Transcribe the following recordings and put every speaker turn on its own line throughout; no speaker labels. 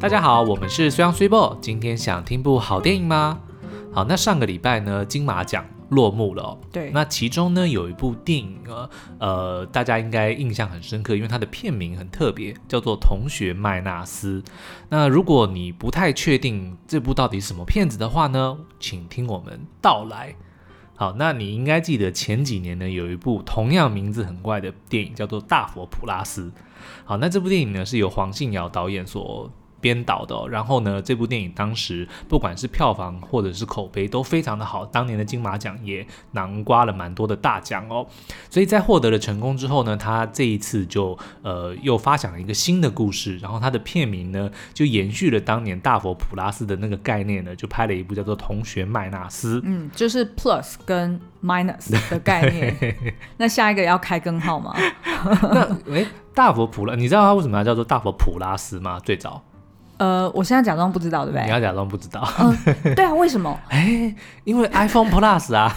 大家好，我们是虽阳虽报，今天想听部好电影吗？好，那上个礼拜呢，金马奖落幕了、哦。
对，
那其中呢有一部电影呢，呃，大家应该印象很深刻，因为它的片名很特别，叫做《同学麦纳斯》。那如果你不太确定这部到底是什么片子的话呢，请听我们道来。好，那你应该记得前几年呢有一部同样名字很怪的电影，叫做《大佛普拉斯》。好，那这部电影呢是由黄信尧导演所编导的、哦。然后呢，这部电影当时不管是票房或者是口碑都非常的好，当年的金马奖也囊括了蛮多的大奖哦。所以在获得了成功之后呢，他这一次就呃又发想了一个新的故事，然后他的片名呢就延续了当年大佛普拉斯的那个概念呢，就拍了一部叫做《同学麦纳斯》。
嗯，就是 plus 跟 minus 的概念。那下一个要开根号吗？
那诶，大佛普拉，你知道他为什么要叫做大佛普拉斯吗？最早
呃，我现在假装不知道，对不
你
对？
要假装不知道，
嗯，对啊，为什么？
哎，因为 iPhone Plus 啊，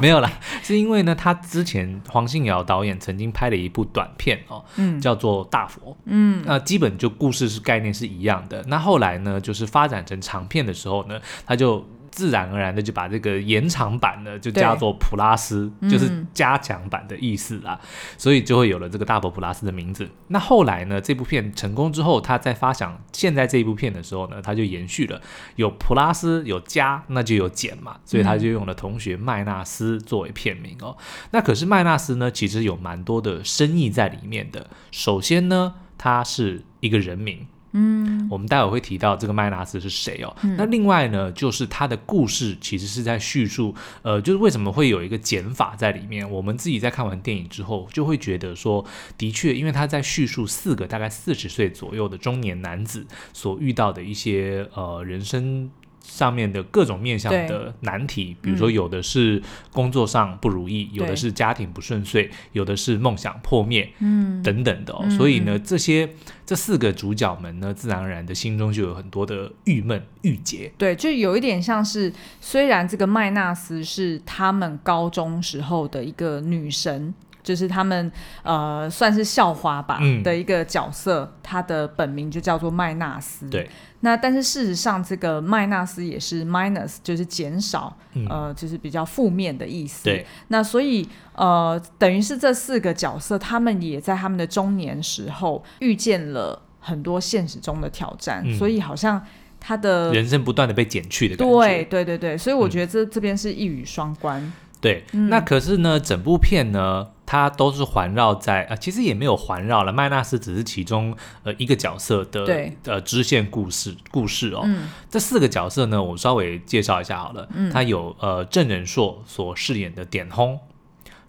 没有啦，是因为呢，他之前黄信尧导演曾经拍了一部短片哦，
嗯
叫做《大佛》，嗯，那、基本就故事是概念是一样的。那后来呢，就是发展成长片的时候呢，他就自然而然的就把这个延长版呢就
对
叫做普拉斯，就是
嗯
加强版的意思啦，所以就会有了这个大佛普拉斯的名字。那后来呢，这部片成功之后，他在发想现在这一部片的时候呢，他就延续了有普拉斯有加，那就有减嘛，所以他就用了同学麦纳斯作为片名哦。那可是麦纳斯呢，其实有蛮多的深意在里面的。首先呢，他是一个人名。嗯，我们待会会提到这个麦纳斯是谁哦。那另外呢，就是他的故事其实是在叙述，呃，就是为什么会有一个减法在里面。我们自己在看完电影之后，就会觉得说，的确，因为他在叙述四个大概四十岁左右的中年男子所遇到的一些呃人生上面的各种面向
对
的难题，比如说有的是工作上不如意，有的
对
是家庭不顺遂，有的是梦想破灭，嗯，等等的、哦。所以呢，这些这四个主角们呢，自然而然的心中就有很多的郁闷、郁结。
对，就有一点像是，虽然这个麦纳斯是他们高中时候的一个女神，就是他们呃算是校花吧、
嗯
的一个角色，她的本名就叫做麦纳斯。
对，
那但是事实上，这个麦纳斯也是 minus，就是减少，
嗯
呃，就是比较负面的意思。
对，
那所以呃，等于是这四个角色，他们也在他们的中年时候遇见了很多现实中的挑战，
嗯
所以好像他的
人生不断的被减去的感觉。嗯
对对对对，所以我觉得这、这边是一语双关。
对，那可是呢，整部片呢，它都是环绕在啊、呃其实也没有环绕了，麦纳斯只是其中呃一个角色的
对
呃支线故事故事哦。这四个角色呢，我稍微介绍一下好了。嗯，他有呃郑仁硕所饰演的点轰，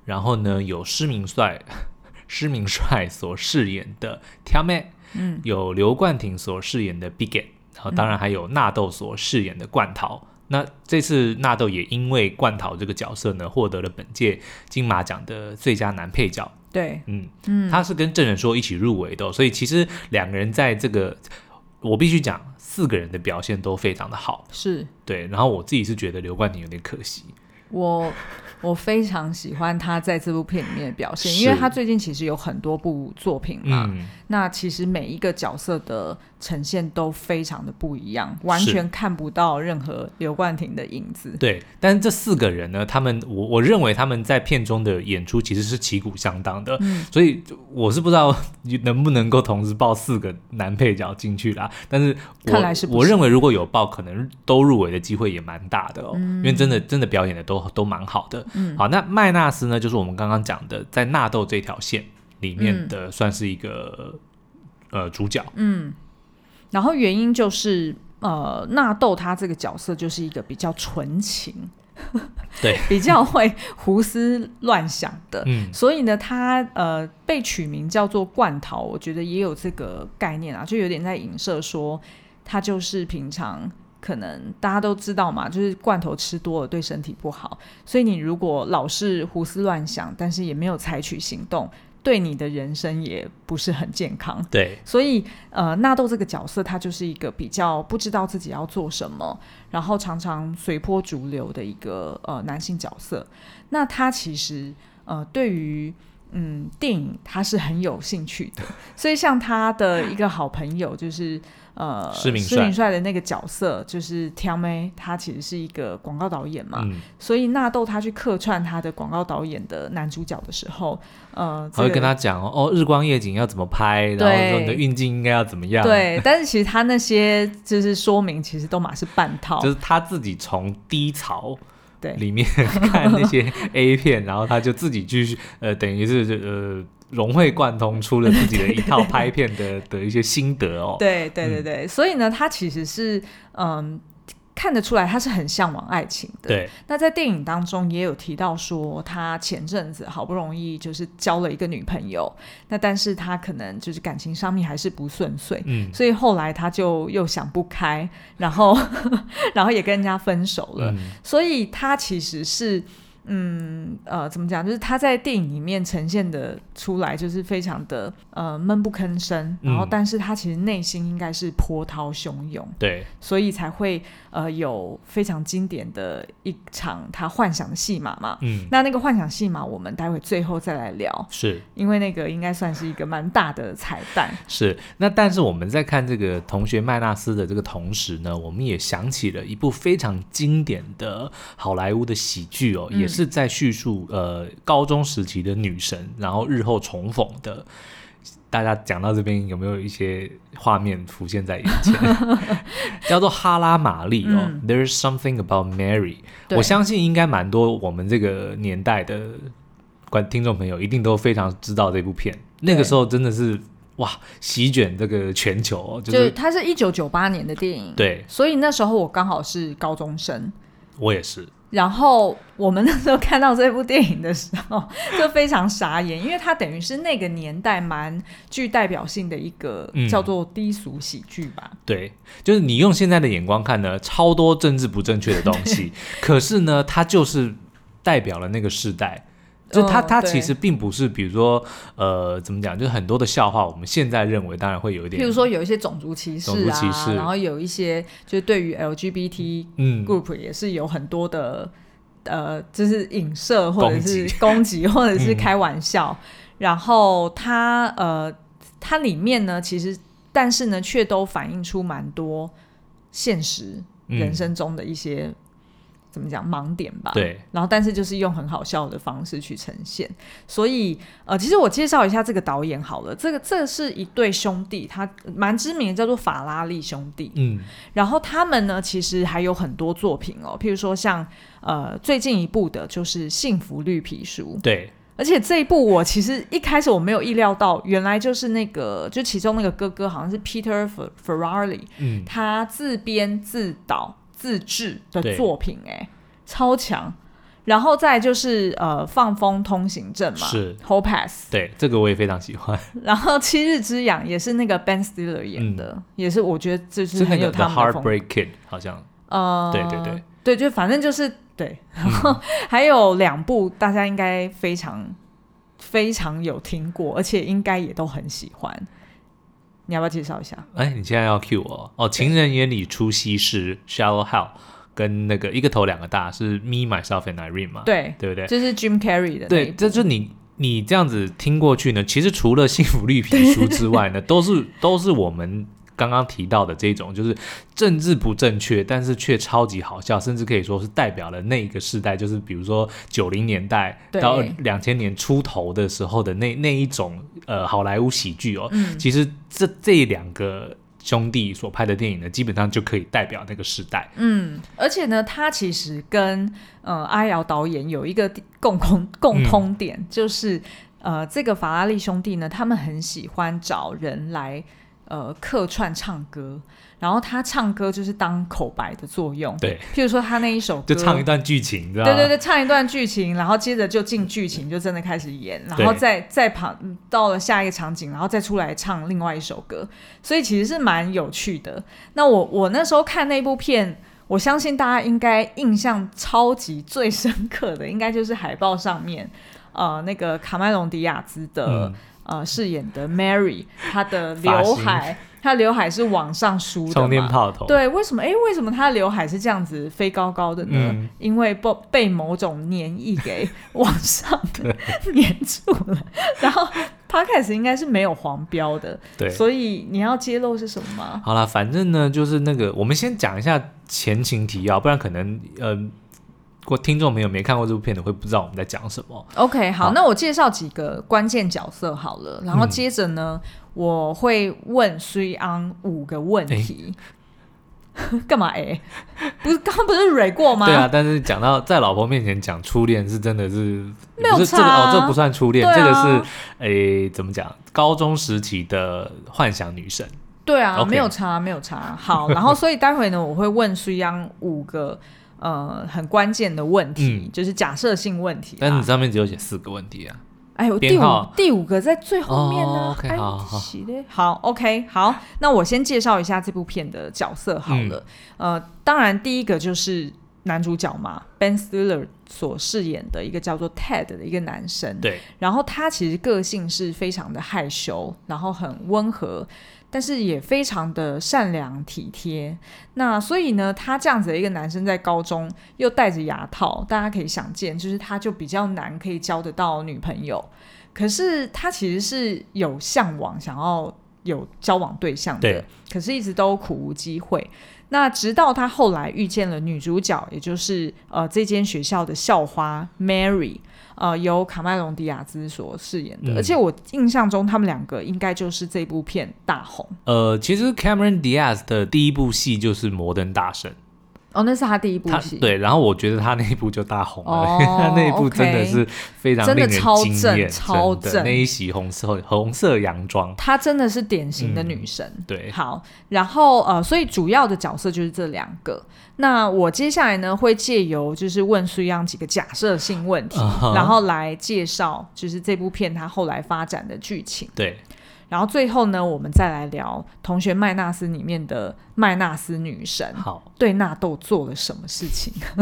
然后呢有施明帅。 施明帅所饰演的挑妹，嗯，有刘冠廷所饰演的 Bigot，然后当然还有纳豆所饰演的冠桃。那这次纳豆也因为冠桃这个角色呢，获得了本届金马奖的最佳男配角。
对，
嗯嗯，他是跟郑仁硕一起入围的哦、所以其实两个人在这个，我必须讲，四个人的表现都非常的好。
是
对，然后我自己是觉得刘冠廷有点可惜。
我我非常喜欢他在这部片里面的表现，
是
因为他最近其实有很多部作品嘛，
嗯，
那其实每一个角色的呈现都非常的不一样，完全看不到任何刘冠廷的影子。
对，但是这四个人呢，他们我我认为他们在片中的演出其实是旗鼓相当的，
嗯
所以我是不知道能不能够同时报四个男配角进去啦。但是我
看来是不
我
是
认为如果有报，可能都入围的机会也蛮大的哦，
嗯
因为真的真的表演的都都蛮好的。好，那麦纳斯呢，就是我们刚刚讲的在纳豆这条线里
嗯
面的，算是一个、呃主角。
然后原因就是，呃，纳豆他这个角色就是一个比较纯情，
对，
比较会胡思乱想的，
嗯
所以呢，他呃被取名叫做罐头，我觉得也有这个概念啊，就有点在影射说他就是平常。可能大家都知道嘛，就是罐头吃多了对身体不好，所以你如果老是胡思乱想，但是也没有采取行动，对你的人生也不是很健康。
对，
所以，呃，纳豆这个角色，他就是一个比较不知道自己要做什么，然后常常随波逐流的一个呃男性角色。那他其实呃，对于嗯，电影他是很有兴趣的， 所以像他的一个好朋友就是呃
施明
施
帅
明帅的那个角色就是挑妹，他其实是一个广告导演嘛，
嗯，
所以纳豆他去客串他的广告导演的男主角的时候，呃，
还
这
会
个
跟他讲哦，哦，日光夜景要怎么拍，然后说你的
对
运镜应该要怎么样，，
对，但是其实他那些就是说明，其实都马是半套，
就是他自己从低潮
对
里面 看那些 A 片，然后他就自己去呃，等于是呃融会贯通出了自己的一套拍片 的的一些心得哦。
对对对对，所以呢，他其实是嗯。看得出来，他是很向往爱情的。
对，
那在电影当中也有提到说，他前阵子好不容易就是交了一个女朋友，那但是他可能就是感情上面还是不顺遂，
嗯，
所以后来他就又想不开，然后 然后也跟人家分手了。
嗯
所以他其实是，嗯呃，怎么讲？就是他在电影里面呈现的出来，就是非常的呃闷不吭声，然后
嗯
但是他其实内心应该是波涛汹涌，
对，
所以才会呃有非常经典的一场他幻想的戏码嘛。
嗯，
那那个幻想戏码，我们待会最后再来聊，
是
因为那个应该算是一个蛮大的彩蛋。
是。那但是我们在看这个同学麦纳斯的这个同时呢，我们也想起了一部非常经典的好莱坞的喜剧哦，
嗯
也是在叙述呃高中时期的女神，然后日后重逢的。大家讲到这边，有没有一些画面浮现在眼前？ 叫做《哈拉玛丽》哦、
嗯
t h e r e s something about Mary。
对
我相信应该蛮多我们这个年代的观听众朋友一定都非常知道这部片。那个时候真的是哇，席卷这个全球哦、就
就是它是一九九八年的电影，，
对
所以那时候我刚好是高中生。
我也是，
然后我们那时候看到这部电影的时候， 就非常傻眼，因为它等于是那个年代蛮具代表性的一个
嗯
叫做低俗喜剧吧。
对，就是你用现在的眼光看呢，超多政治不正确的东西，可是呢，它就是代表了那个时代。就它，
嗯
它
对
其实并不是，比如说，呃，怎么讲，就是很多的笑话，我们现在认为当然会有一点，
譬如，说有一些种族歧视
种族
啊，
歧视
然后有一些就是对于 LGBT
嗯，
group 也是有很多的呃，就是影射或者
攻击
是 攻击或者是
嗯
开玩笑。然后它呃，它里面呢，其实但是呢，却都反映出蛮多现实
嗯
人生中的一些、怎么讲盲点吧。。
对，
然后，但是就是用很好笑的方式去呈现，所以呃，其实我介绍一下这个导演好了。这个这是一对兄弟，他呃蛮知名的，叫做法拉利兄弟。
嗯，
然后他们呢，其实还有很多作品哦，譬如说像呃最近一部的就是《幸福绿皮书》，
对，
而且这一部我其实一开始我没有意料到，原来就是那个就其中那个哥哥好像是 Peter Fer- Ferrari，
嗯，
他自编自导自制的
对
作品，哎，超强。然后再来就是呃放风通行证嘛，
是
Whole Pass，
对，这个我也非常喜欢，
然后七日之痒也是那个 Ben Stiller 演的，也是我觉得就是
嗯是那
很有
个 The
他们的风格。
Heartbreak Kid，好像
呃，
对对对，
对，就反正就是对。 然后还有两部大家应该非常非常有听过，而且应该也都很喜欢。你要不要介绍一下？
哎，你现在要 cue 我哦，哦，《情人眼里出西施》（Shallow Hell） 跟那个一个头两个大是 Me Myself and Irene 嘛？
对，
对不对？
就是 Jim Carrey 的那一
对，
部
这就你你这样子听过去呢，其实除了《幸福绿皮 书》之外呢，都是都是我们刚刚提到的这种，就是政治不正确，但是却超级好笑，甚至可以说是代表了那一个世代，就是比如说九零年代
对
到两千年出头的时候的那那一种呃好莱坞喜剧哦。
嗯
其实这这两个兄弟所拍的电影呢，基本上就可以代表那个时代。
嗯，而且呢，他其实跟呃阿瑶导演有一个共同共通点，
嗯
就是呃这个法拉利兄弟呢，他们很喜欢找人来呃客串唱歌，然后他唱歌就是当口白的作用，
对，
譬如说他那一首
就
歌
唱一段剧情，你知道吗？
对对对，唱一段剧情，然后接着就进剧情，就真的开始演，然
对
后再再旁到了下一个场景，然后再出来唱另外一首歌，所以其实是蛮有趣的。那我我那时候看那部片，我相信大家应该印象超级最深刻的，应该就是海报上面。呃，那个卡麦隆·迪亚兹的、
嗯
呃饰演的 Mary，她的
发
刘
型
海， 她的刘海是往上梳的
充电
嘛
炮头，
对，为什么？哎，为什么她的刘海是这样子飞高高的呢？
嗯
因为被被某种粘液给往上粘住了。然后 podcast 应该是没有黄标的，
对，
所以你要揭露是什么吗？
好啦，反正呢，就是那个，我们先讲一下前情提要，不然可能呃，过听众朋友没看过这部片的会不知道我们在讲什么。
OK，好，
好
那我介绍几个关键角色好了，然后
嗯
接着呢，我会问虽安五个问题。 干嘛？哎，不是刚刚不是蕊过吗？
对啊，但是讲到在老婆面前讲初恋是真的是，
没有
不是这个
差
哦
啊，
这不算初恋，
对啊
这个是诶、怎么讲？高中时期的幻想女神，
对啊
OK
没有差，没有差。好， 然后所以待会呢，我会问苏央五个呃很关键的问题，
嗯
就是假设性问题
但是
啦
你。上面只有写四个问题啊。
哎呦，
编
第五
号
第五个在最后面呢、
哦，OK，
哎，
好好好
是嘞好 OK，好，那我先介绍一下这部片的角色好了。
嗯
呃，当然第一个就是男主角嘛，Ben Stiller 所饰演的一个叫做 Ted 的一个男生。
对，
然后他其实个性是非常的害羞，然后很温和，但是也非常的善良体贴。那所以呢，他这样子的一个男生在高中又戴着牙套，大家可以想见，就是他就比较难可以交得到女朋友。可是他其实是有向往，想要有交往对象的
对，
可是一直都苦无机会。那直到他后来遇见了女主角，也就是呃这间学校的校花 Mary，呃由卡麦隆·迪亚兹所饰演的，
嗯
而且我印象中他们两个应该就是这部片大红
呃，其实 Cameron Diaz 的第一部戏就是《摩登大神》，
哦，那是他第一部
他
戏，
对，然后我觉得他那一部就大红了，
哦
因为 他那一部真的
OK
是非常
真的
令人
超
惊
正
艳，
超
真的
正
那一袭红色红色洋装，
她真的是典型的女神。
嗯对，
好，然后呃，所以主要的角色就是这两个。那我接下来呢，会借由就是问苏央几个假设性问题
啊哈
然后来介绍就是这部片它后来发展的剧情。
对，
然后最后呢，我们再来聊《同学麦纳斯》里面的麦纳斯女神
好，
对纳豆做了什么事情。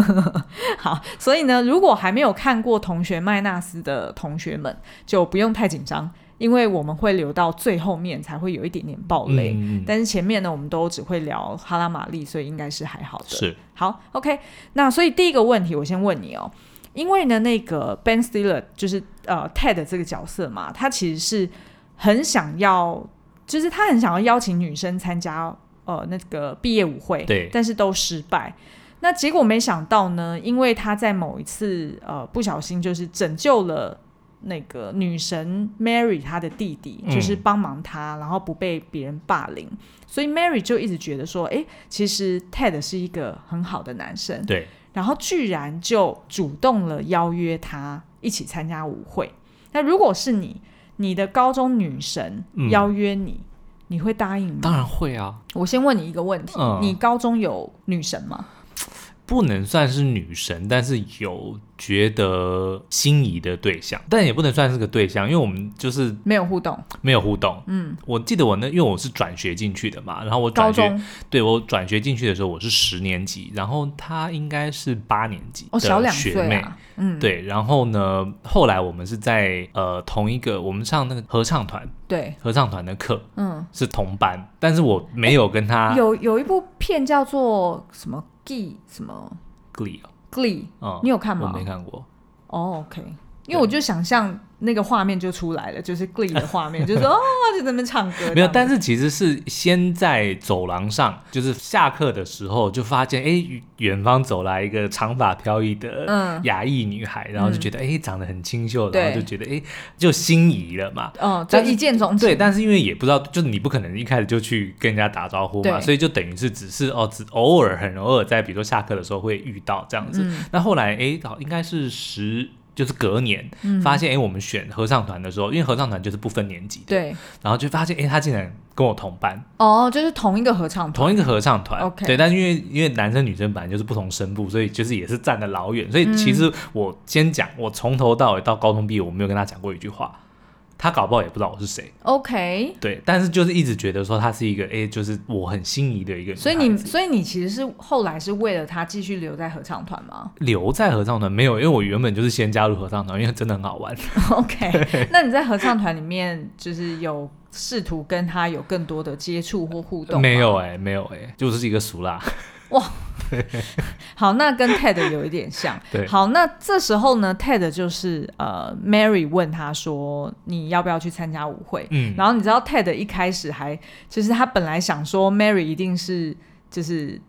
好，所以呢，如果还没有看过《同学麦纳斯》的同学们，就不用太紧张，因为我们会留到最后面才会有一点点暴雷。
嗯，
但是前面呢，我们都只会聊哈拉玛丽，所以应该是还好的。
是
好，OK。那所以第一个问题，我先问你哦，因为呢，那个 Ben Stiller 就是呃 Ted 这个角色嘛，他其实是很想要，就是他很想要邀请女生参加呃那个毕业舞会，
对
但是都失败。那结果没想到呢，因为他在某一次呃不小心就是拯救了。那个女神 Mary，她的弟弟
嗯
就是帮忙她，然后不被别人霸凌，所以 Mary 就一直觉得说，诶。其实 Ted 是一个很好的男生，
对，
然后居然就主动了邀约他一起参加舞会。那如果是你，你的高中女神
嗯
邀约你，你会答应
当
吗？
然会啊，
我先问你一个问题：
嗯
你高中有女神吗？
不能算是女神，但是有觉得心仪的对象，但也不能算是个对象，因为我们就是
没有互动，
没有互动。
嗯，
我记得我那，因为我是转学进去的嘛，然后我
高
转学，
中
对我转学进去的时候我是十年级，然后她应该是八年级
哦，小
的
两
学
岁
妹，
啊，嗯，
对，然后呢，后来我们是在呃同一个，我们上那个合唱团，
对，
合唱团的课
嗯，
是同班，但是我没有跟他
哎有有一部片叫做什么 Glee 什么
Glee，
Glee，
哦
你有看
嗯，我
吗？
没看过，
哦、o k 因为我就想象那个画面就出来了，就是 Glee 的画 面，就是哦，就在那边唱歌。
没有，
这样
但
子
是其实是先在走廊上，就是下课的时候就发现，哎，远方走来一个长发飘逸的
嗯
亚裔女孩，然后就觉得，哎，长得很清秀，然后就
对
觉得，哎，就心仪了嘛。
嗯，就
但是
一见钟情。
对，但是因为也不知道，就是你不可能一开始就去跟人家打招呼嘛，
对
所以就等于是只是哦，只偶尔很偶尔在比如说下课的时候会遇到这样子。
嗯
那后来哎，好应该是十。就是隔年、
嗯
发现，哎、我们选合唱团的时候，因为合唱团就是不分年级的，
对，
然后就发现，哎、他竟然跟我同班，
哦，就是同一个合唱团。
同一个合唱团。
OK
对，但是因为因为男生女生本来就是不同声部，所以就是也是站得
嗯
老远。所以其实我先讲，我从头到尾到高中毕业，我没有跟他讲过一句话，他搞不好也不知道我是谁，
OK，
对，但是就是一直觉得说她是一个，哎、就是我很心仪的一个女孩子，
所以你所以你其实是后来是为了他继续留在合唱团吗
留在合唱团没有？因为我原本就是先加入合唱团，因为真的很好玩。
？OK，那你在合唱团里面就是有试图跟他有更多的接触或互动吗
没有哎、没有哎、就是一个俗 辣。。
好，那跟 Ted 有一点像
对
好，那这时候呢，Ted 就是呃，Mary 问他说：“你要不要去参加舞会？”
嗯，
然后你知道 Ted 一开始还就是他本来想说 Mary 一定是就是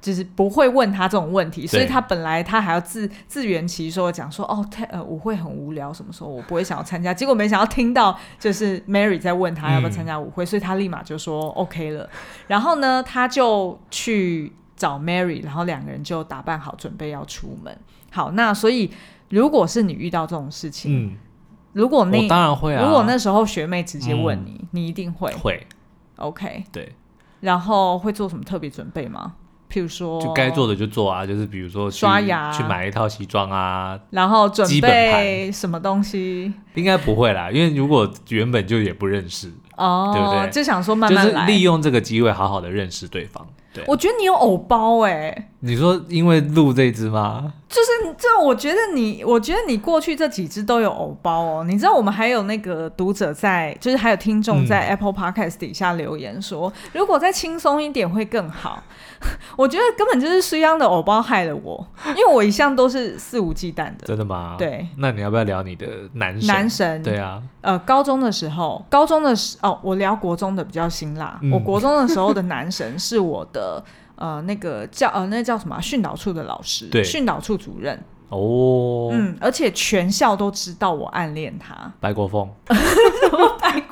就是不会问他这种问题，所以他本来他还要自自圆其说讲说哦 Ted 呃舞会很无聊，什么时候我不会想要参加。结果没想到听到就是 Mary 在问他要不要参加舞会，
嗯
所以他立马就说 OK 了。然后呢，他就去找 Mary，然后两个人就打扮好准备要出门。好，那所以如果是你遇到这种事情，
嗯，
如果那
我当然会啊。嗯
如果那时候学妹直接问你，你一定会
会，
OK。
对，
然后会做什么特别准备吗？譬如说，
就该做的就做啊，就是比如说去
刷牙
去买一套西装啊，
然后准
基本
备什么东西
应该不会啦，因为如果原本就也不认识，
哦，
对不对
就想说慢慢
就是
来。
利用这个机会好好的认识对方。对，
我觉得你有偶包哎、
你说因为录这一支吗？
这我觉得你，我觉得你过去这几支都有偶包哦。你知道我们还有那个读者在，就是还有听众在
嗯
Apple Podcast 底下留言说，如果再轻松一点会更好。 我觉得根本就是苏央的偶包害了我，因为我一向都是肆无忌惮的。
真的吗？，
对，
那你要不要聊你的男神？
男神
对啊，
呃，高中的时候，高中的时哦，我聊国中的比较辛辣。
嗯
我国中的时候的男神是我的呃那个叫呃那叫什么啊训导处的老师，
对
训导处主任。
哦，
嗯，而且全校都知道我暗恋他。
白国 风，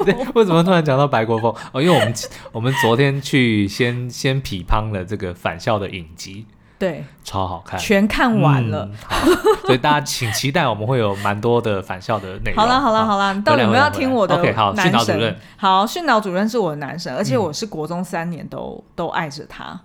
对，为什么突然讲到白国风？哦，因为我们 我们昨天去先先批判了这个返校的影集，
对，
超好看，
全看完了。
哎嗯好，所以大家请期待，我们会有蛮多的返校的内容。
好啦好啦好啦，你到底有没有要听我的
回来 OK，好
男
训导主任
神？好，训导主任是我的男神，而且
嗯
我是国中三年都、都爱着他，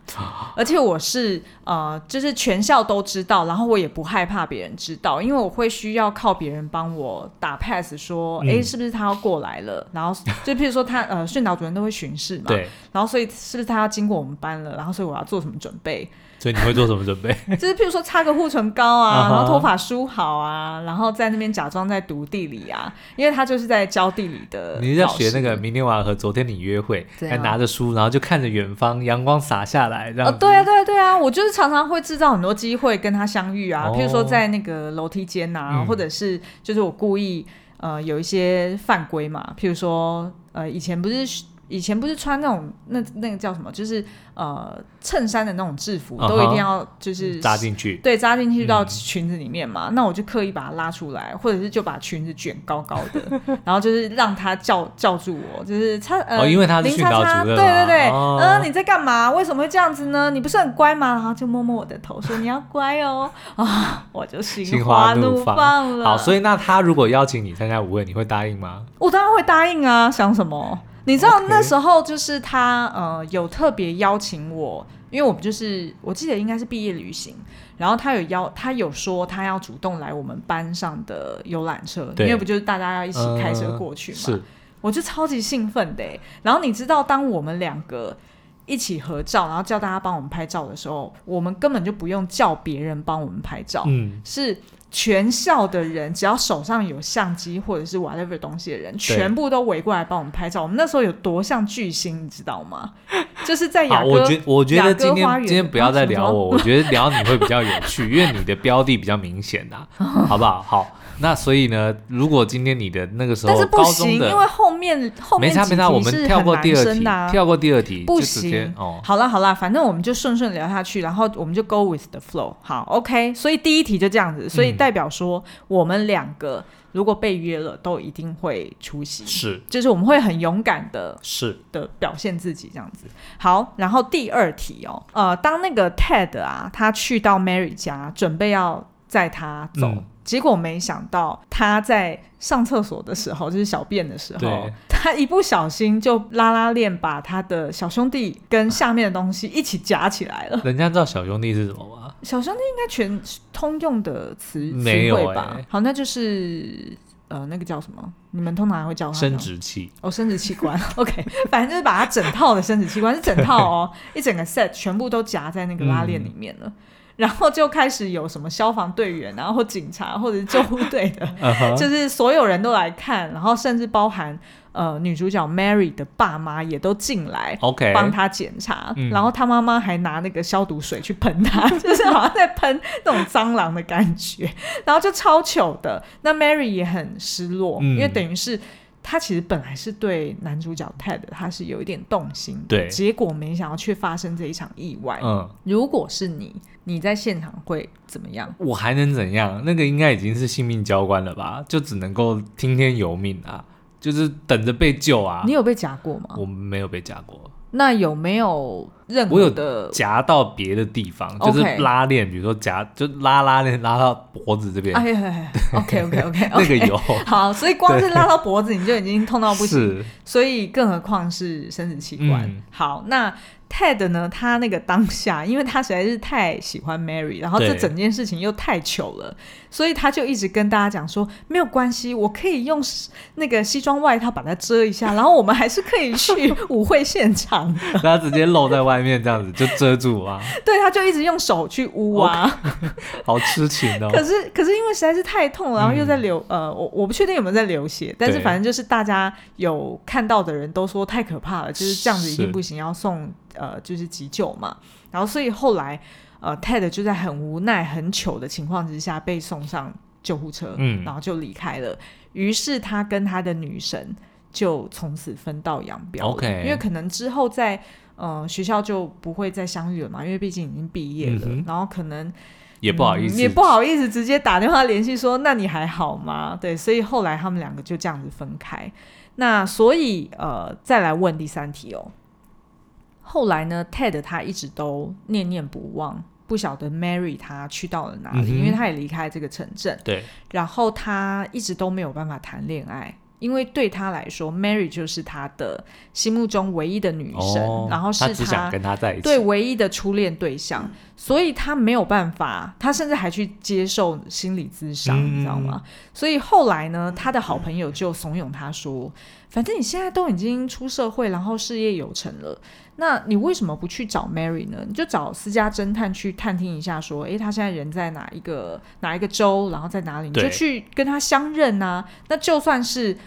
而且我是呃，就是全校都知道，然后我也不害怕别人知道，因为我会需要靠别人帮我打 pass，说
嗯
诶，是不是他要过来了？然后就譬如说他呃，训导主任都会巡视嘛，
对，
然后所以是不是他要经过我们班了？然后所以我要做什么准备？
所以你会做什么准备？
就是譬如说擦个护唇膏
啊
啊，
哈
然后头发梳好啊，然后在那边假装在读地理啊，因为他就是在教地理的。哦
你是要学那个？明天我要和昨天你约会，
呃对啊
还拿着书，然后就看着远方，阳光洒下来，这
哦，
样子。
对啊，对啊，对啊，我就是常常会制造很多机会跟他相遇啊，
哦
譬如说在那个楼梯间啊，
嗯
或者是就是我故意呃有一些犯规嘛，譬如说呃以前不是。以前不是穿那种那那个叫什么，就是呃衬衫的那种制服，
啊哈
都一定要就是
扎进去，
对，扎进去到
嗯
裙子里面嘛，那我就刻意把它拉出来，或者是就把裙子卷高高 的，然后就是让他叫叫住我，就是他呃，
哦因为他是
林
训
叉
导
叉
主任
对
嘛
对对，
哦
呃，你在干嘛？为什么会这样子呢？你不是很乖吗？然后就摸摸我的头说你要乖哦， 啊，我就
心
心
花
花
怒放
放了。
好，所以那他如果邀请你参加舞会，你会答应吗？
我当然会答应啊，想什么？你知道
OK
那时候就是他呃有特别邀请我，因为我们就是我记得应该是毕业旅行，然后他有邀他有说他要主动来我们班上的游览车，因
对
为不就是大家要一起开车
嗯
过去嘛，
是，
我就超级兴奋的欸。然后你知道，当我们两个一起合照，然后叫大家帮我们拍照的时候，我们根本就不用叫别人帮我们拍照，
嗯，
是全校的人，只要手上有相机或者是 whatever 东西的人，全部都围过来帮我们拍照。我们那时候有多像巨星，你知道吗？ 就是在雅
好，我
歌，
觉我觉
雅
得
歌
今
花
天
园
今天不要再聊
啊什么
我，我觉得聊你会比较有趣，因为你的标的比较明显 啊，好不好？好，那所以呢，如果今天你的那个时
但
候
是不
高
行，
中的
因为后面后
没
面
差
几
没差，我
题
们
是
跳
很
过第
男
二
生
题
的、啊，。
跳过第二题，
不
就直接
行
哦，
好了好了，反正我们就顺顺聊下去，然后我们就 go with the flow 好。OK，所以第一题就这样子，所以
嗯
代表说我们两个如果被约了，都一定会出席，
是
就是我们会很勇敢的
是，
的表现自己这样子。好，然后第二题哦，呃，当那个 Ted 啊，他去到 Mary 家，准备要载他走。
嗯
结果没想到，他在上厕所的时候，就是小便的时候
对，
他一不小心就拉拉链把他的小兄弟跟下面的东西一起夹起来了。
人家知道小兄弟是什么
哦
吗？
小兄弟应该全通用的词词
没有
汇吧？
欸
好，那就是呃那个叫什么？你们通常会叫它
生
叫
殖器，
哦，生殖器官，OK，反正就是把它整套的生殖器官是整套哦，一整个 set 全部都夹在那个拉链里面了。然后就开始有什么消防队员啊，然后警察或者是救护队的，
嗯哼
就是所有人都来看，然后甚至包含呃女主角 Mary 的爸妈也都进来，
，OK，
帮他检查，
嗯
然后他妈妈还拿那个消毒水去喷他， 就是好像在喷那种蟑螂的感觉， 然后就超糗的。那 Mary 也很失落，
嗯
因为等于是她其实本来是对男主角 Ted 他是有一点动心的，
对
结果没想到却发生这一场意外。
嗯，
如果是你，你在现场会怎么样？
我还能怎样？那个应该已经是性命交关了吧，就只能够听天由命啊，就是等着被救啊
你。有被夹过吗？
我没有被夹过，
那有没有任
我
何
有
的？
夹到别的地方，就是
OK
拉链，比如说夹，就拉拉链拉到脖子这边，
哎呀哎，OK OK OK，
那个有，
好，所以光是拉到脖子你就已经痛到不行，
是，
所以更何况是生殖器官。
嗯
好，那 Ted 呢？他那个当下，因为他实在是太喜欢 Mary，然后这
对
整件事情又太糗了，所以他就一直跟大家讲说，没有关系，我可以用那个西装外套把它遮一下，然后我们还是可以去舞会现场。
他直接露在外面这样子就遮住啊，
对，他就一直用手去捂啊。
好痴情哦。嗯
可是可是因为实在是太痛了，然后又在流、呃，我我不确定有没有在流血，但是
对
反正就是大家有看到的人都说太可怕了，就是这样子一定
是
不行，要送呃就是急救嘛。然后所以后来呃 Ted 就在很无奈很糗的情况之下被送上救护车，
嗯
然后就离开了。于是他跟他的女神就从此分道扬镳了
OK
因为可能之后在。呃，学校就不会再相遇了嘛，因为毕竟已经毕业了，
嗯哼
然后可能
也不好意思，
嗯也不好意思直接打电话联系说，那你还好吗？对，所以后来他们两个就这样子分开。那所以呃，再来问第三题哦。后来呢，Ted 他一直都念念不忘，不晓得 Mary 他去到了哪
嗯
里，
哼
因为他也离开这个城镇，
对，
然后他一直都没有办法谈恋爱。因为对他来说，Mary 就是他的心目中唯一的女神，
哦，
然后是
他只想跟他在一起，
对唯一的初恋对象，所以他没有办法，他甚至还去接受心理咨商，
嗯
你知道吗？所以后来呢，他的好朋友就怂恿他说：“反正你现在都已经出社会，然后事业有成了，那你为什么不去找 Mary 呢？你就找私家侦探去探听一下，说，诶，他现在人在哪一个哪一个州，然后在哪里，你就
对
去跟他相认啊。那就算是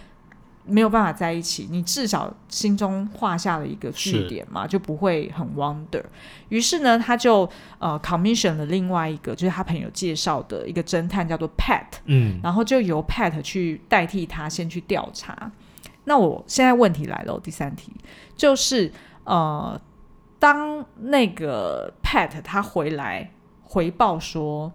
没有办法在一起，你至少心中画下了一个据
是
点嘛，就不会很 wonder。于是呢，他就呃 commission 了另外一个，就是他朋友介绍的一个侦探，叫做 Pat。
嗯，
然后就由 Pat 去代替他先去调查。那我现在问题来了，第三题就是呃，当那个 Pat 他回来回报说，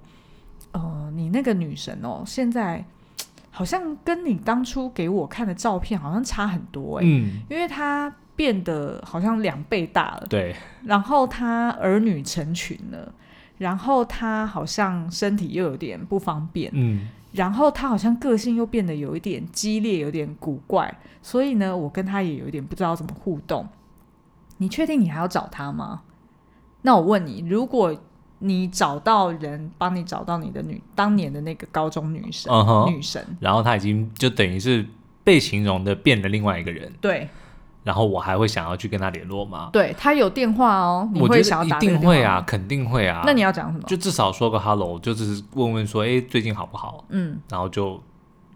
呃，你那个女神哦，现在嘖好像跟你当初给我看的照片好像差很多哎、
嗯，
因为她变得好像两倍大了，
对，
然后她儿女成群了，然后她好像身体又有点不方便，
嗯，
然后他好像个性又变得有一点激烈，有点古怪，所以呢，我跟他也有一点不知道怎么互动。你确定你还要找他吗？那我问你，如果你找到人帮你找到你的女当年的那个高中女神
嗯哼，
女神，
然后他已经就等于是被形容的变了另外一个人，
对
然后我还会想要去跟他联络吗？
对，他有电话哦，你
我
会
觉
想
得
要
一
打这个
定
电话
会啊，肯定会啊，
那你要讲什么？
就至少说个 hello，就只是问问说，哎，最近好不好？
嗯
然后就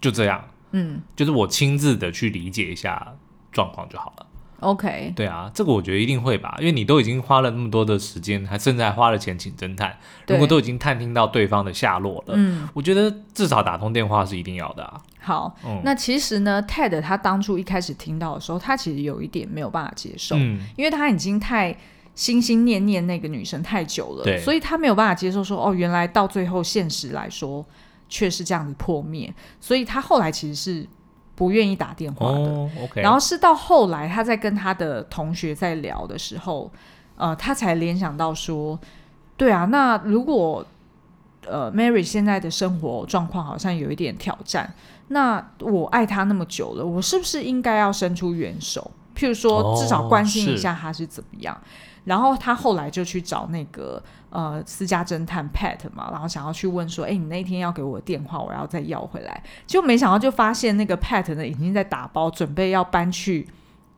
就这样，
嗯
就是我亲自的去理解一下状况就好了。
，OK，
对啊，这个我觉得一定会吧，因为你都已经花了那么多的时间，还甚至还花了钱请侦探，如
对
果都已经探听到对方的下落了，
嗯
我觉得至少打通电话是一定要的啊。
好。
嗯，
那其实呢，Ted 他当初一开始听到的时候，他其实有一点没有办法接受，
嗯
因为他已经太心心念念那个女生太久了，
对
所以他没有办法接受说哦，原来到最后现实来说却是这样子破灭，所以他后来其实是不愿意打电话的。
哦，OK，
然后是到后来，他在跟他的同学在聊的时候，呃，他才联想到说，对啊，那如果呃，Mary 现在的生活状况好像有一点挑战，那我爱她那么久了，我是不是应该要伸出援手？譬如说，
哦
至少关心一下她是怎么样。然后他后来就去找那个呃私家侦探 Pat 嘛，然后想要去问说，哎、你那天要给我的电话，我要再要回来。就没想到就发现那个 Pat 呢已经在打包，准备要搬去。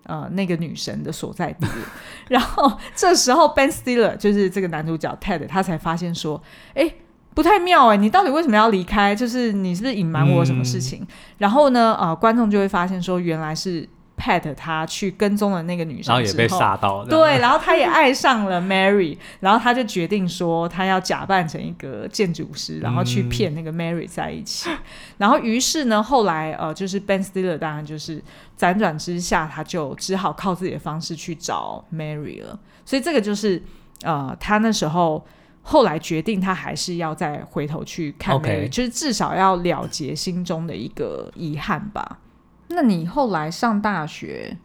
呃，那个女神的所在地 了，然后这时候 Ben Stiller 就是这个男主角 Ted，他才发现说，哎，不太妙哎、你到底为什么要离开？就是你是不是隐瞒我什么事情？
嗯
然后呢，呃，观众就会发现说，原来是 Pat 他去跟踪了那个女生，
然后也被。吓到，这样
对，然后他也爱上了 Mary，然后他就决定说他要假扮成一个建筑师，然后去骗
嗯
那个 Mary 在一起。然后于是呢，后来呃，就是 Ben Stiller 当然就是辗转之下，他就只好靠自己的方式去找 Mary 了。所以这个就是呃，他那时候。后来决定，他还是要再回头去看
OK
Mary，就是至少要了结心中的一个遗憾吧。那你后来上大学，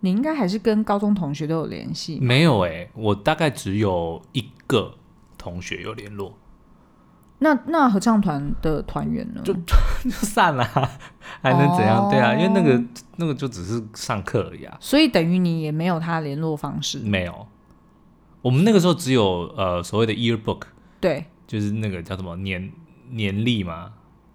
你应该还是跟高中同学都有联系吗。
没有哎、我大概只有一个同学有联络，
那那合唱团的团员呢？
就就散了啊、 还能怎样？
哦
对啊，因为那个那个就只是上课而已啊，
所以等于你也没有他联络方式。
没有。我们那个时候只有呃所谓的 yearbook，
对，
就是那个叫什么年年历嘛，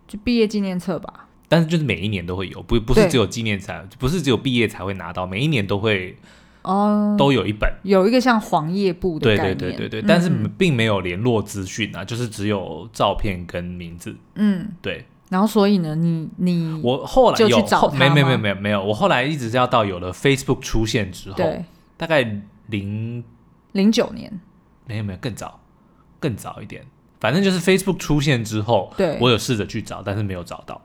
就毕业纪念册吧。
但是就是每一年都会有，不不是
对
只有纪念才，不是只有毕业才会拿到，每一年都会
哦，
都有一本。
有一个像黄页簿的
对
概
对
念。
对对对，
嗯
但是
嗯
并没有联络资讯啊，就是只有照片跟名字。
嗯，
对
然后所以呢，你你
我后来
嗯就去
有
找
后
他
没没
吗
没没没有，我后来一直是要到有了 Facebook 出现之后，
对
大概零
零九年
没有没有更早更早一点，反正就是 Facebook 出现之后，
对
我有试着去找，但是没有找到。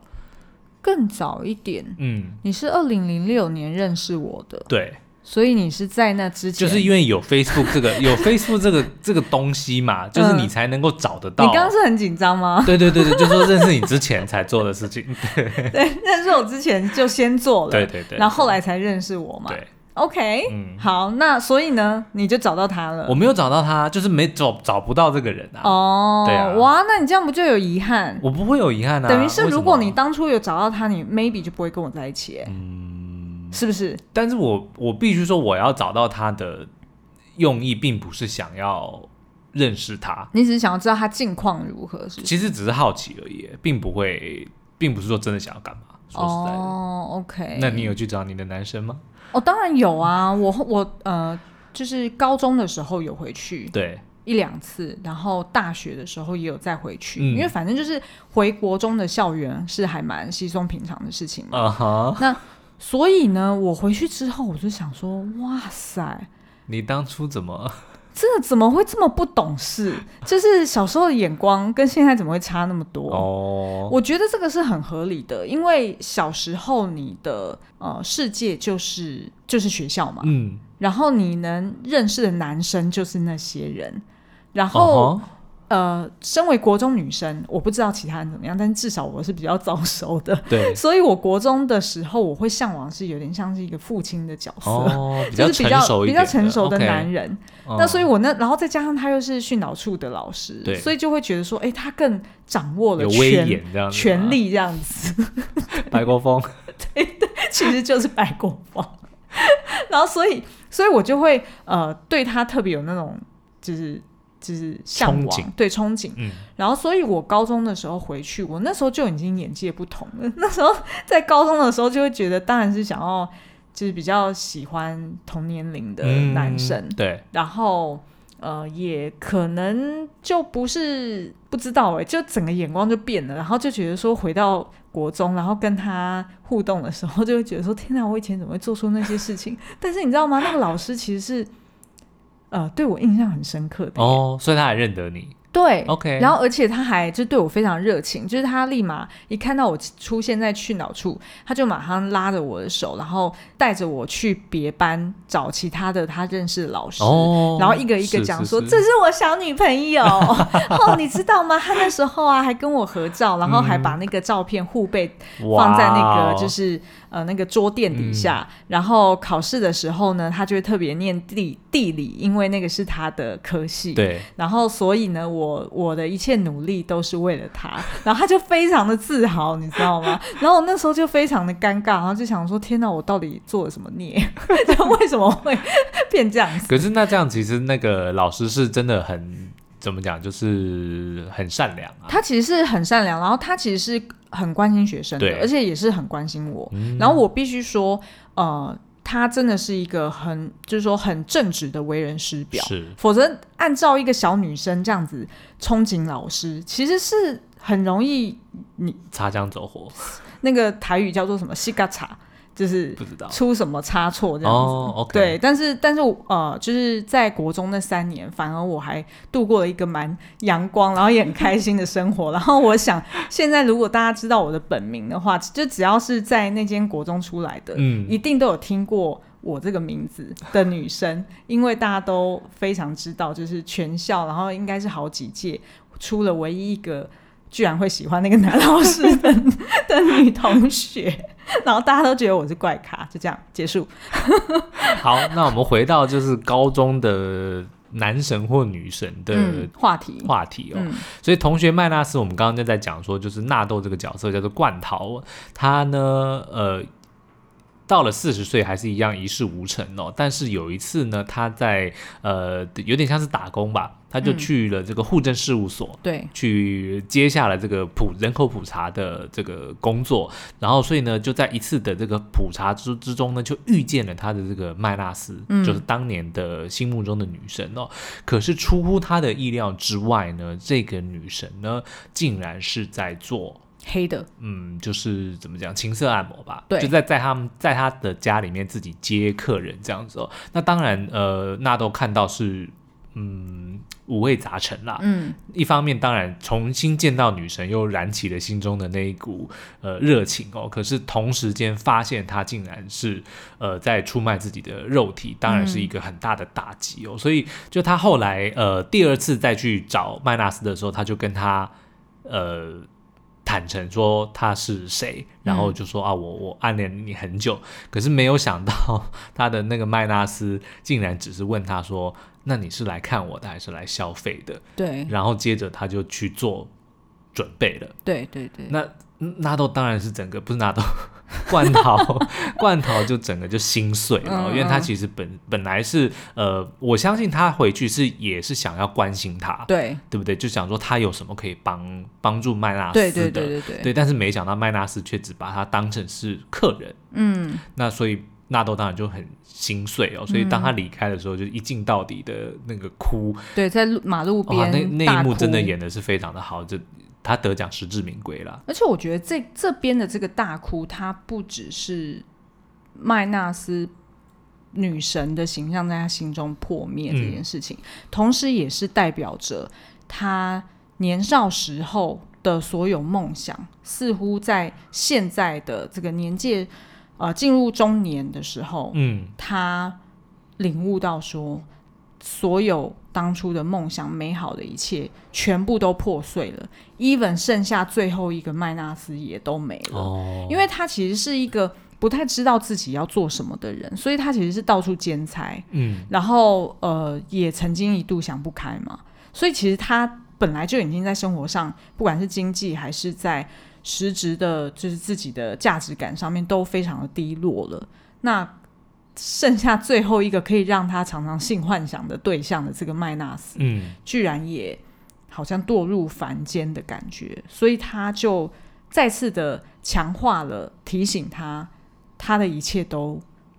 更早一点，
嗯，
你是二零零六年认识我的，
对，
所以你是在那之前。
就是因为有 Facebook 这 个有 Facebook 这个这个东西嘛，就是
嗯
你才能够找得到。
你刚刚是很紧张吗？
对对对对，就说认识你之前才做的事情。
对，认识我之前就先做了，
对对对，
然后后来才认识我嘛。
对，
OK，、
嗯，
好，那所以呢，你就找到他了。
我没有找到他，就是没找找不到这个人啊。
呃哦，
对啊
哇，那你这样不就有遗憾？
我不会有遗憾啊。
等于是
为什么
如果你，当初有找到他，你 maybe 就不会跟我在一起、欸，
嗯，
是不是？
但是我我必须说，我要找到他的用意，并不是想要认识他，
你只是想要知道他近况如何，是不是？
其实只是好奇而已，并不会，并不是说真的想要干嘛。说实在的，
哦，OK，
那你有去找你的男生吗？
哦，当然有啊，我我呃，就是高中的时候有回去
对，
一两次，然后大学的时候也有再回去，
嗯
因为反正就是回国中的校园是还蛮稀松平常的事情嘛。
啊哈，
所以呢，我回去之后我就想说，哇塞，
你当初怎么？
这个怎么会这么不懂事？就是小时候的眼光跟现在怎么会差那么多？
哦，
我觉得这个是很合理的，因为小时候你的呃世界就是就是学校嘛，
嗯，
然后你能认识的男生就是那些人，然后、
哦
呃，身为国中女生，我不知道其他人怎么样，但至少我是比较早熟的，
哈， 对，
所以我国中的时候，我会向往是有点像是一个父亲的角色。
哦，比较
就是比
成
较
熟一
比
点的，
较成熟的
OK，
男人
嗯
那所以我那然后再加上他又是训导处的老师
对，
所以就会觉得说，哎、他更掌握了
有威
权
严啊这样子，
权，力这样子，
白国风，
其实就是白国风。 然后所以所以我就会呃对他特别有那种就是就是向往
憧憬
对憧憬。
嗯，
然后，所以我高中的时候回去，我那时候就已经眼界不同了。 那时候在高中的时候，就会觉得当然是想要就是比较喜欢同年龄的男生，
嗯对，
然后呃，也可能就不是不知道哎、就整个眼光就变了，然后就觉得说回到国中，然后跟他互动的时候，就会觉得说天哪，我以前怎么会做出那些 事情？但是你知道吗？那个老师其实是呃对我印象很深刻的耶
哦，所以他还认得你
对
，OK，
然后，而且他还就对我非常热情，就是他立马一看到我出现在去脑处，他就马上拉着我的手，然后带着我去别班找其他的他认识的老师。
哦，
然后一个一个
是
讲
是
说，
是
这是我小女朋友 哦，你知道吗？她那时候啊还跟我合照，然后还把那个照片互背
哇嗯
放在那
哦
个就是、呃那个桌垫底下，然后考试的时候呢，他就会特别念地地理，因为那个是他的科系。
对，
然后，所以呢，我我的一切努力都是为了他，然后他就非常的自豪，你知道吗？ 然后我那时候就非常的尴尬，然后就想说：天哪，我到底做了什么孽？ 就为什么会变这样子？
可是那这样其实那个老师是真的很怎么讲，就是很善良啊。
他其实是很善良，然后他其实是很关心学生的
对，
而且也是很关心我。
嗯
然后我必须说，呃，他真的是一个很，就是说很正直的为人师表。
是
否则按照一个小女生这样子憧憬老师，其实是很容易
擦枪走火，
那个台语叫做什么“西嘎叉”，就是
不知道
出什么差错这样子。
哦，OK，
对，但是但是我呃，就是在国中那三年，反而我还度过了一个蛮阳光，然后也很开心的生活。然后我想，现在如果大家知道我的本名的话，就只要是在那间国中出来的，
嗯
一定都有听过我这个名字的女生，因为大家都非常知道，就是全校，然后应该是好几届出了唯一一个居然会喜欢那个男老师的 的女同学，然后大家都觉得我是怪咖，就这样结束。
好，那我们回到就是高中的男神或女神的
嗯，话题，
话题哦。
嗯
所以同学麦纳斯，我们刚刚就在讲说，就是纳豆这个角色叫做冠桃，他呢，呃。到了四十岁还是一样一事无成哦，但是有一次呢，他在呃有点像是打工吧，他就
嗯
去了这个户政事务所，
对，
去接下了这个普人口普查的这个工作，然后所以呢，就在一次的这个普查之之中呢，就遇见了他的这个麦纳斯，
嗯
就是当年的心目中的女神哦。可是出乎他的意料之外呢，这个女神呢，竟然是在做。
黑的，
嗯，就是怎么讲，情色按摩吧，
对
就在在他们在他的家里面自己接客人这样子哦。那当然，呃，纳豆看到是嗯五味杂陈啦，
嗯，
一方面，当然重新见到女神，又燃起了心中的那一股呃热情哦。可是同时间发现她竟然是呃在出卖自己的肉体，当然是一个很大的打击哦。所以就他后来呃第二次再去找麦纳斯的时候，他就跟他呃坦诚说他是谁，然后就说、啊我我暗恋你很久，可是没有想到他的那个麦纳斯竟然只是问他说。那你是来看我的还是来消费的？
对，
然后接着他就去做准备了。
对对对，
那嗯纳豆当然是整个不是纳豆， 罐头 罐头就整个就心碎了哦，
嗯
因为他
嗯
其实本本来是呃，我相信他回去是也是想要关心他，
对
对不对？就想说他有什么可以帮帮助麦纳斯
对
的。
对对对对，
对，但是没想到麦纳斯却只把他当成是客人，
嗯，
那所以纳豆当然就很心碎哦。所以当他离开的时候，就一镜到底的那个哭，
对，在路马路
哇，
边
那那
大
一幕真的
哭
演的是非常的好，这他得奖实至名归啦。
而且我觉得这这边的这个大哭，它不只是麦纳斯女神的形象在她心中破灭
嗯
这件事情，同时也是代表着她年少时候的所有梦想，似乎在现在的这个年纪，呃，进入中年的时候，
嗯，
他领悟到说，所有当初的梦想、美好的一切，全部都破碎了，even 剩下最后一个麦纳斯也都没了。
哦，
因为他其实是一个不太知道自己要做什么的人，所以他其实是到处兼差，
嗯，
然后呃，也曾经一度想不开嘛。所以其实他本来就已经在生活上，不管是经济还是在实质的，就是自己的价值感上面都非常的低落了。那剩下最后一个可以让他常常性幻想的对象的这个麦纳斯，
嗯，
居然也好像堕入凡间的感觉，所以他就再次的强化了提醒他，他的一切都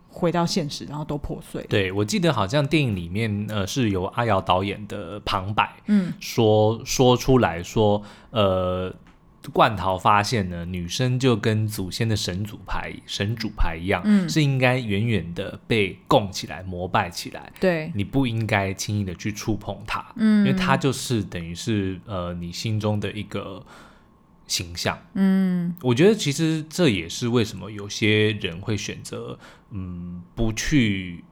回到现实，然后都破碎了。
对，我记得好像电影里面呃是由阿瑶导演的旁白
嗯，
说说出来说，呃。冠桃发现呢，女生就跟祖先的神主牌、神主牌一样，
嗯
是应该远远的被供起来、膜拜起来，
对，
你不应该轻易的去触碰它，因
嗯
为它就是等于是呃你心中的一个形象。
嗯，
我觉得其实这也是为什么有些人会选择嗯不去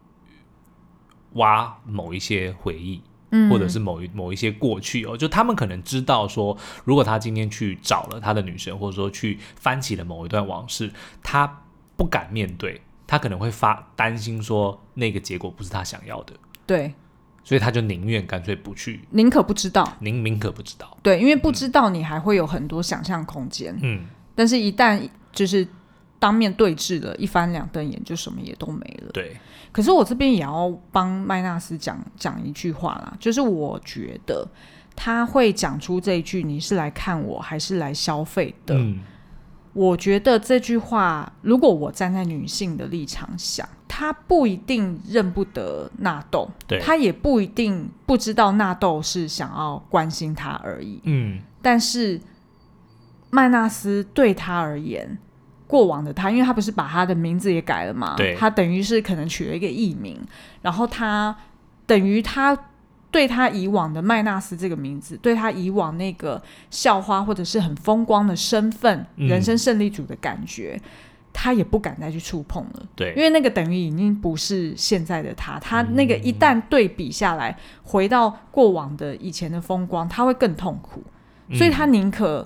挖某一些回忆，
嗯
或者是某一某一些过去哦，就他们可能知道说，如果他今天去找了他的女神，或者说去翻起了某一段往事，他不敢面对，他可能会发担心说那个结果不是他想要的，
对，
所以他就宁愿干脆不去，
宁可不知道，
宁宁可不知道。
对，因为不知道你还会有很多想象空间，
嗯，
但是一旦就是当面对峙了，一翻两瞪眼，就什么也都没了。
对，
可是我这边也要帮麦纳斯讲讲一句话啦，就是我觉得他会讲出这一句“你是来看我还是来消费的”，
嗯
我觉得这句话，如果我站在女性的立场想，她不一定认不得纳豆，
对
她也不一定不知道纳豆是想要关心她而已。
嗯，
但是麦纳斯对他而言，过往的他，因为他不是把他的名字也改了嘛，
对
他等于是可能取了一个艺名，然后他等于他对他以往的麦纳斯这个名字，对他以往那个校花或者是很风光的身份、
嗯
人生胜利组的感觉。他也不敢再去触碰了，因
对，
为那个等于已经不是现在的他，他那个一旦对比下来，回到过往的以前的风光，他会更痛苦。
嗯
所以他宁可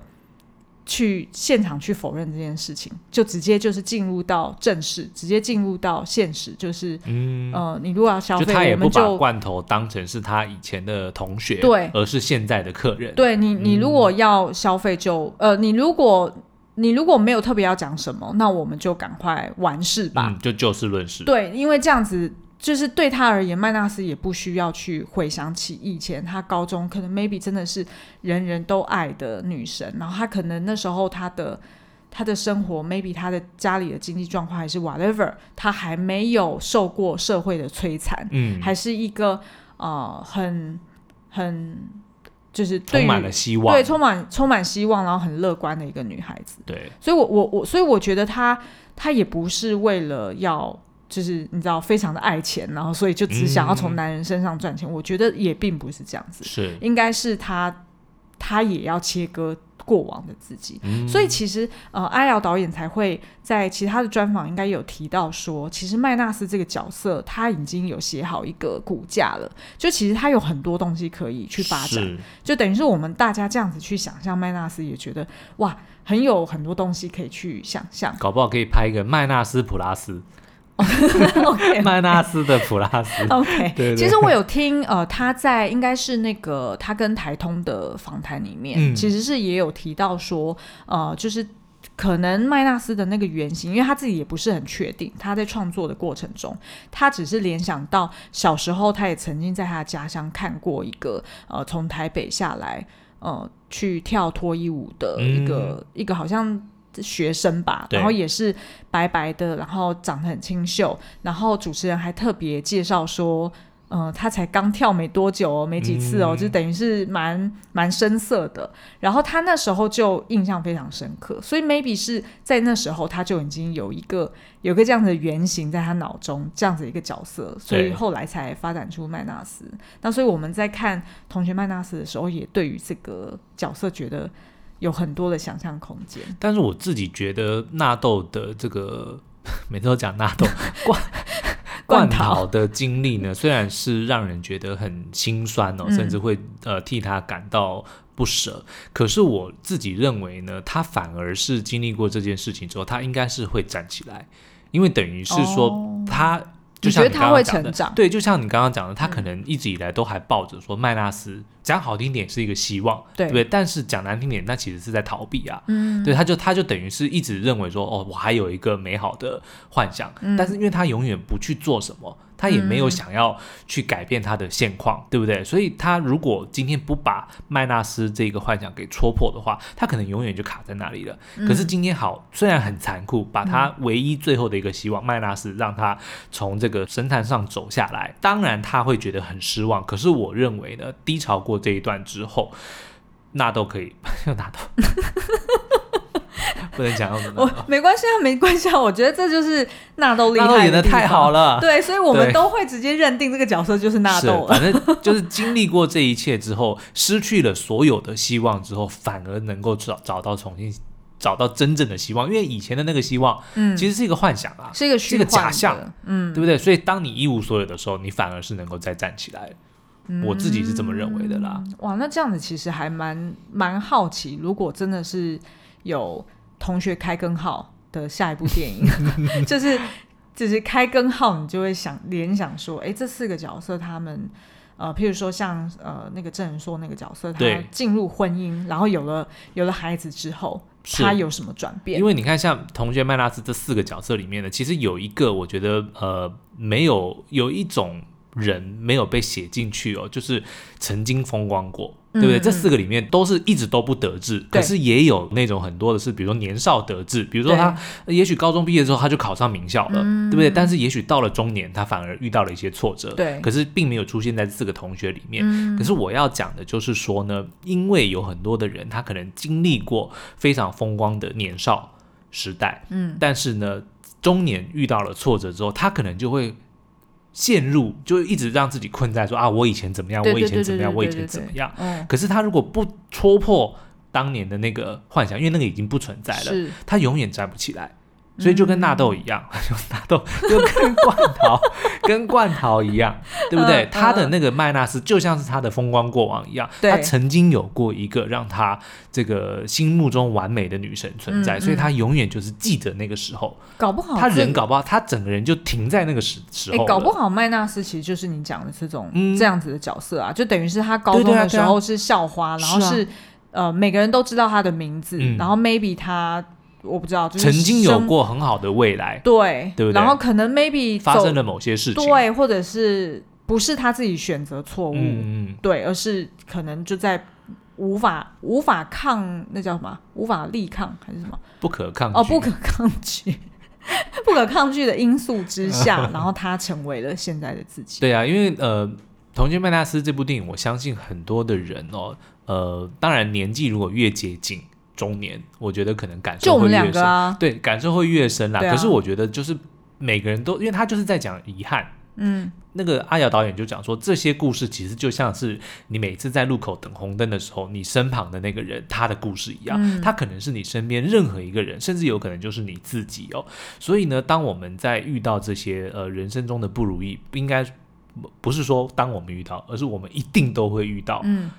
去现场去否认这件事情，就直接就是进入到正式，直接进入到现实，就是、
嗯。嗯
呃，你如果要消
就
费
他，也
我
不
们
把
就
罐头当成是他以前的同学，
对
而是现在的客人，
对你，你如果要消费就呃，你如果你如果没有特别要讲什么，那我们就赶快完事吧。
嗯，就就事论事，
对，因为这样子。就是对他而言，麦纳斯也不需要去回想起以前他高中可能 maybe 真的是人人都爱的女神，然后他可能那时候他的他的生活 maybe 他的家里的经济状况还是 whatever，他还没有受过社会的摧残，
嗯，
还是一个呃很很就是对
充
于
满了希望
对，充满充满希望，然后很乐观的一个女孩子。
对，
所以我，我我所以我觉得他他也不是为了要，就是你知道，非常的爱钱，然后所以就只想要从男人身上赚钱。我觉得也并不是这样子，
是，
应该是他他也要切割过往的自己。
嗯
所以其实呃，阿瑶导演才会在其他的专访应该有提到说，其实麦纳斯这个角色他已经有写好一个骨架了，就其实他有很多东西可以去发展。
是
就等于是我们大家这样子去想象麦纳斯，也觉得哇，很有很多东西可以去想
。
象
搞不好可以拍一个麦纳斯普拉斯，
OK，
麦纳斯的普拉斯
OK，
对对
其实我有听呃，他在应该是那个他跟台通的访谈里面，
嗯
其实是也有提到说呃，就是。可能麦纳斯的那个原型，因为他自己也不是很确定。他在创作的过程中，他只是联想到小时候，他也曾经在他的家乡看过一个呃，从台北下来呃去跳脱衣舞的一个、一个好像学生吧，
嗯对
然后也是白白的，然后长得很清秀，然后主持人还特别介绍说。呃，他才刚跳没多久哦，没几次哦，
嗯
就等于是蛮蛮生涩的。然后他那时候就印象非常深刻，所以 maybe 是在那时候他就已经有一个有个这样的原型在他脑中，这样子一个角色，所以
对
后来才发展出麦纳斯。那所以我们在看《同学麦纳斯》的时候，也对于这个角色觉得有很多的想象空间。
但是我自己觉得纳豆的这个 每次都讲纳豆罐
罐
罐
头
头的经历呢，虽然是让人觉得很心酸哦，
嗯
甚至会呃替他感到。不舍，可是我自己认为呢，他反而是经历过这件事情之后，他应该是会站起来，因为等于是说
哦
他、就
你
像
觉
你
得
刚
他
刚
会
讲的
成长？
对，就像你刚刚讲的，他可能一直以来都还抱着说麦纳斯，讲好听点是一个希望，
对
对不对？但是讲难听点，那其实是在逃避啊。
嗯，
对，他就他就等于是一直认为说，哦，我还有一个美好的幻想，
嗯
但是因为他永远不去做什么，他也没有想要去改变他的现况，对不对？所以他如果今天不把麦纳斯这个幻想给戳破的话，他可能永远就卡在那里了。
嗯
可是今天好，虽然很残酷，把他唯一最后的一个希望麦纳斯让他从这个神坛上走下来，当然他会觉得很失望。可是我认为呢，低潮过这一段之后，纳豆可以 又纳豆，不能讲到
我
纳豆，
没关系啊，没关系啊。我觉得这就是纳豆厉
嗯纳
害，
豆演的太好
了。
了。
对，所以我们
对
都会直接认定这个角色就是纳
是
豆，了。
反正就是经历过这一切之后，失去了所有的希望之后，反而能够找找到重新找到真正的希望，因为以前的那个希望
嗯，
其实是一个幻想啊，
是一个
是
虚
一
幻
个
的
假象，
嗯，
对不对？所以当你一无所有的时候，你反而是能够再站起来。
嗯
我自己是这么认为的啦。
哇，那这样子其实还蛮蛮好奇，如果真的是有同学开根号，的下一部电 影， 就是就是开根号，你就会想联想说，哎，这四个角色他们。呃，譬如说像呃那个郑仁硕那个角色，他
对
进入婚姻，然后有了有了孩子之后，
是
他有什么转变
因？为你看，像同学麦拉斯这四个角色里面呢，其实有一个我觉得呃没有有一种人没有被写进去哦，就是曾经风光过。对不对？
嗯
这四个里面都是一直都不得志，可
对
是也有那种很多的是，比如说年少得志，比如说他也许高中毕业之后他就考上名校了，
嗯
对不对？但是也许到了中年，他反而遇到了一些挫折，
对
可是并没有出现在这四个同学里面。
嗯
可是我要讲的就是说呢，因为有很多的人，他可能经历过非常风光的年少时代，
嗯，
但是呢，中年遇到了挫折之后，他可能就会陷入，就一直让自己困在说啊，我以前怎么样，
对
我以
对
前
对
怎
对
么
对
样，我以
对
前
对
怎么
对，
样。
嗯，
可是他如果不戳破当年的那个幻想，因为那个已经不存在了，
是
他永远站不起来。所以就跟纳豆一样，
嗯
就纳豆就跟罐 头跟罐头一样，对不对？
嗯嗯
他的那个麦纳斯就像是他的风光过往一样，
对
他曾经有过一个让他这个心目中完美的女神存在，
嗯嗯
所以他永远就是记得那个时候。
搞不好
他人
这
搞不好，他整个人就停在那个时时
哎、
候了、
搞不好麦纳斯其实就是你讲的这种、
嗯
这样子的角色啊，就等于是他高
对
中
对啊
的时
对啊
候是校花，然后
是啊
是呃每个人都知道他的名字，
嗯
然后 maybe 他我不知道，就是
曾经有
生
过很好的未来，
对
对不对
然后可能 maybe
发
走
生了某些事情。
对，或者是不是他自己选择错误，
嗯，嗯
对，而是可能就在。无法无法抗，那叫什么？啊无法力抗还是什么？
嗯，不可抗拒。
哦，不可抗拒， 不可抗拒的因素之 下，然后他成为了现在的自己。
对啊，因为呃，《同居麦纳斯》这部电影，我相信很多的人哦，呃，当然年纪如果越接近中年，我觉得可能感
就
受
我
会
们
越
两
深。
个啊，
对，感受会越深啦。
对啊
可是我觉得就是每个人都，因为他就是在讲遗憾。
嗯，
那个阿瑶导演就讲说，这些故事其实就像是你每次在路口等红灯的时候，你身旁的那个人他的故事一样，
嗯
他可能是你身边任何一个人，甚至有可能就是你自己哦。所以呢，当我们在遇到这些呃人生中的不如意，应该不是说当我们遇到，而是我们一定都会遇到
嗯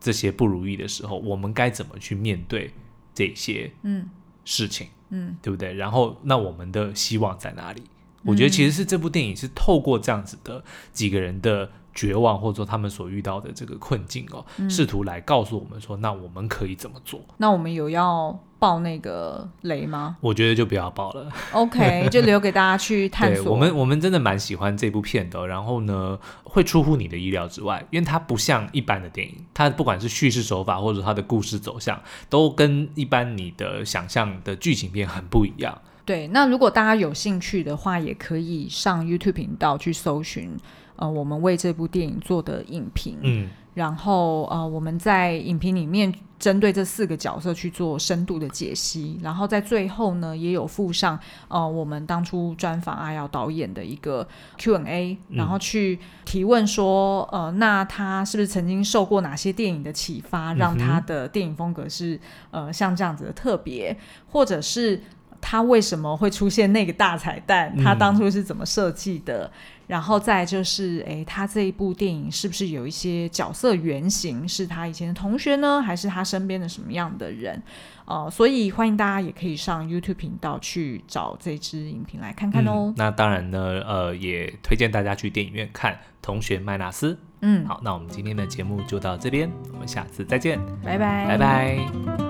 这些不如意的时候，我们该怎么去面对这些
嗯
事情？
嗯，
对不对？然后那我们的希望在哪里？我觉得其实是这部电影是透过这样子的几个人的绝望，或者说他们所遇到的这个困境哦，
嗯
试图来告诉我们说，那我们可以怎么做？
那我们有要爆那个雷吗
我觉得就不要报了。
？OK，就留给大家去探
对
索。
我们，我们真的蛮喜欢这部片的哦、然后呢，会出乎你的意料之外，因为它不像一般的电影，它不管是叙事手法或者它的故事走向，都跟一般你的想象的剧情片很不一样。
对，那如果大家有兴趣的话，也可以上 YouTube 频道去搜寻，呃，我们为这部电影做的影评。
嗯，
然后呃，我们在影评里面针对这四个角色去做深度的解析，然后在最后呢，也有附上呃我们当初专访阿瑶导演的一个 Q&A，
嗯
然后去提问说，呃，那他是不是曾经受过哪些电影的启发，让
嗯
他的电影风格是呃像这样子的特别，或者是他为什么会出现那个大彩蛋，
嗯
他当初是怎么设计的？然后再就是，诶，他这一部电影是不是有一些角色原型是他以前的同学呢，还是他身边的什么样的人？呃，所以欢迎大家也可以上 YouTube 频道去找这支影评来看看哦
嗯。那当然呢，呃，也推荐大家去电影院看《同学麦纳斯》。
嗯，
好，那我们今天的节目就到这边，我们下次再见，
拜
拜
拜，
拜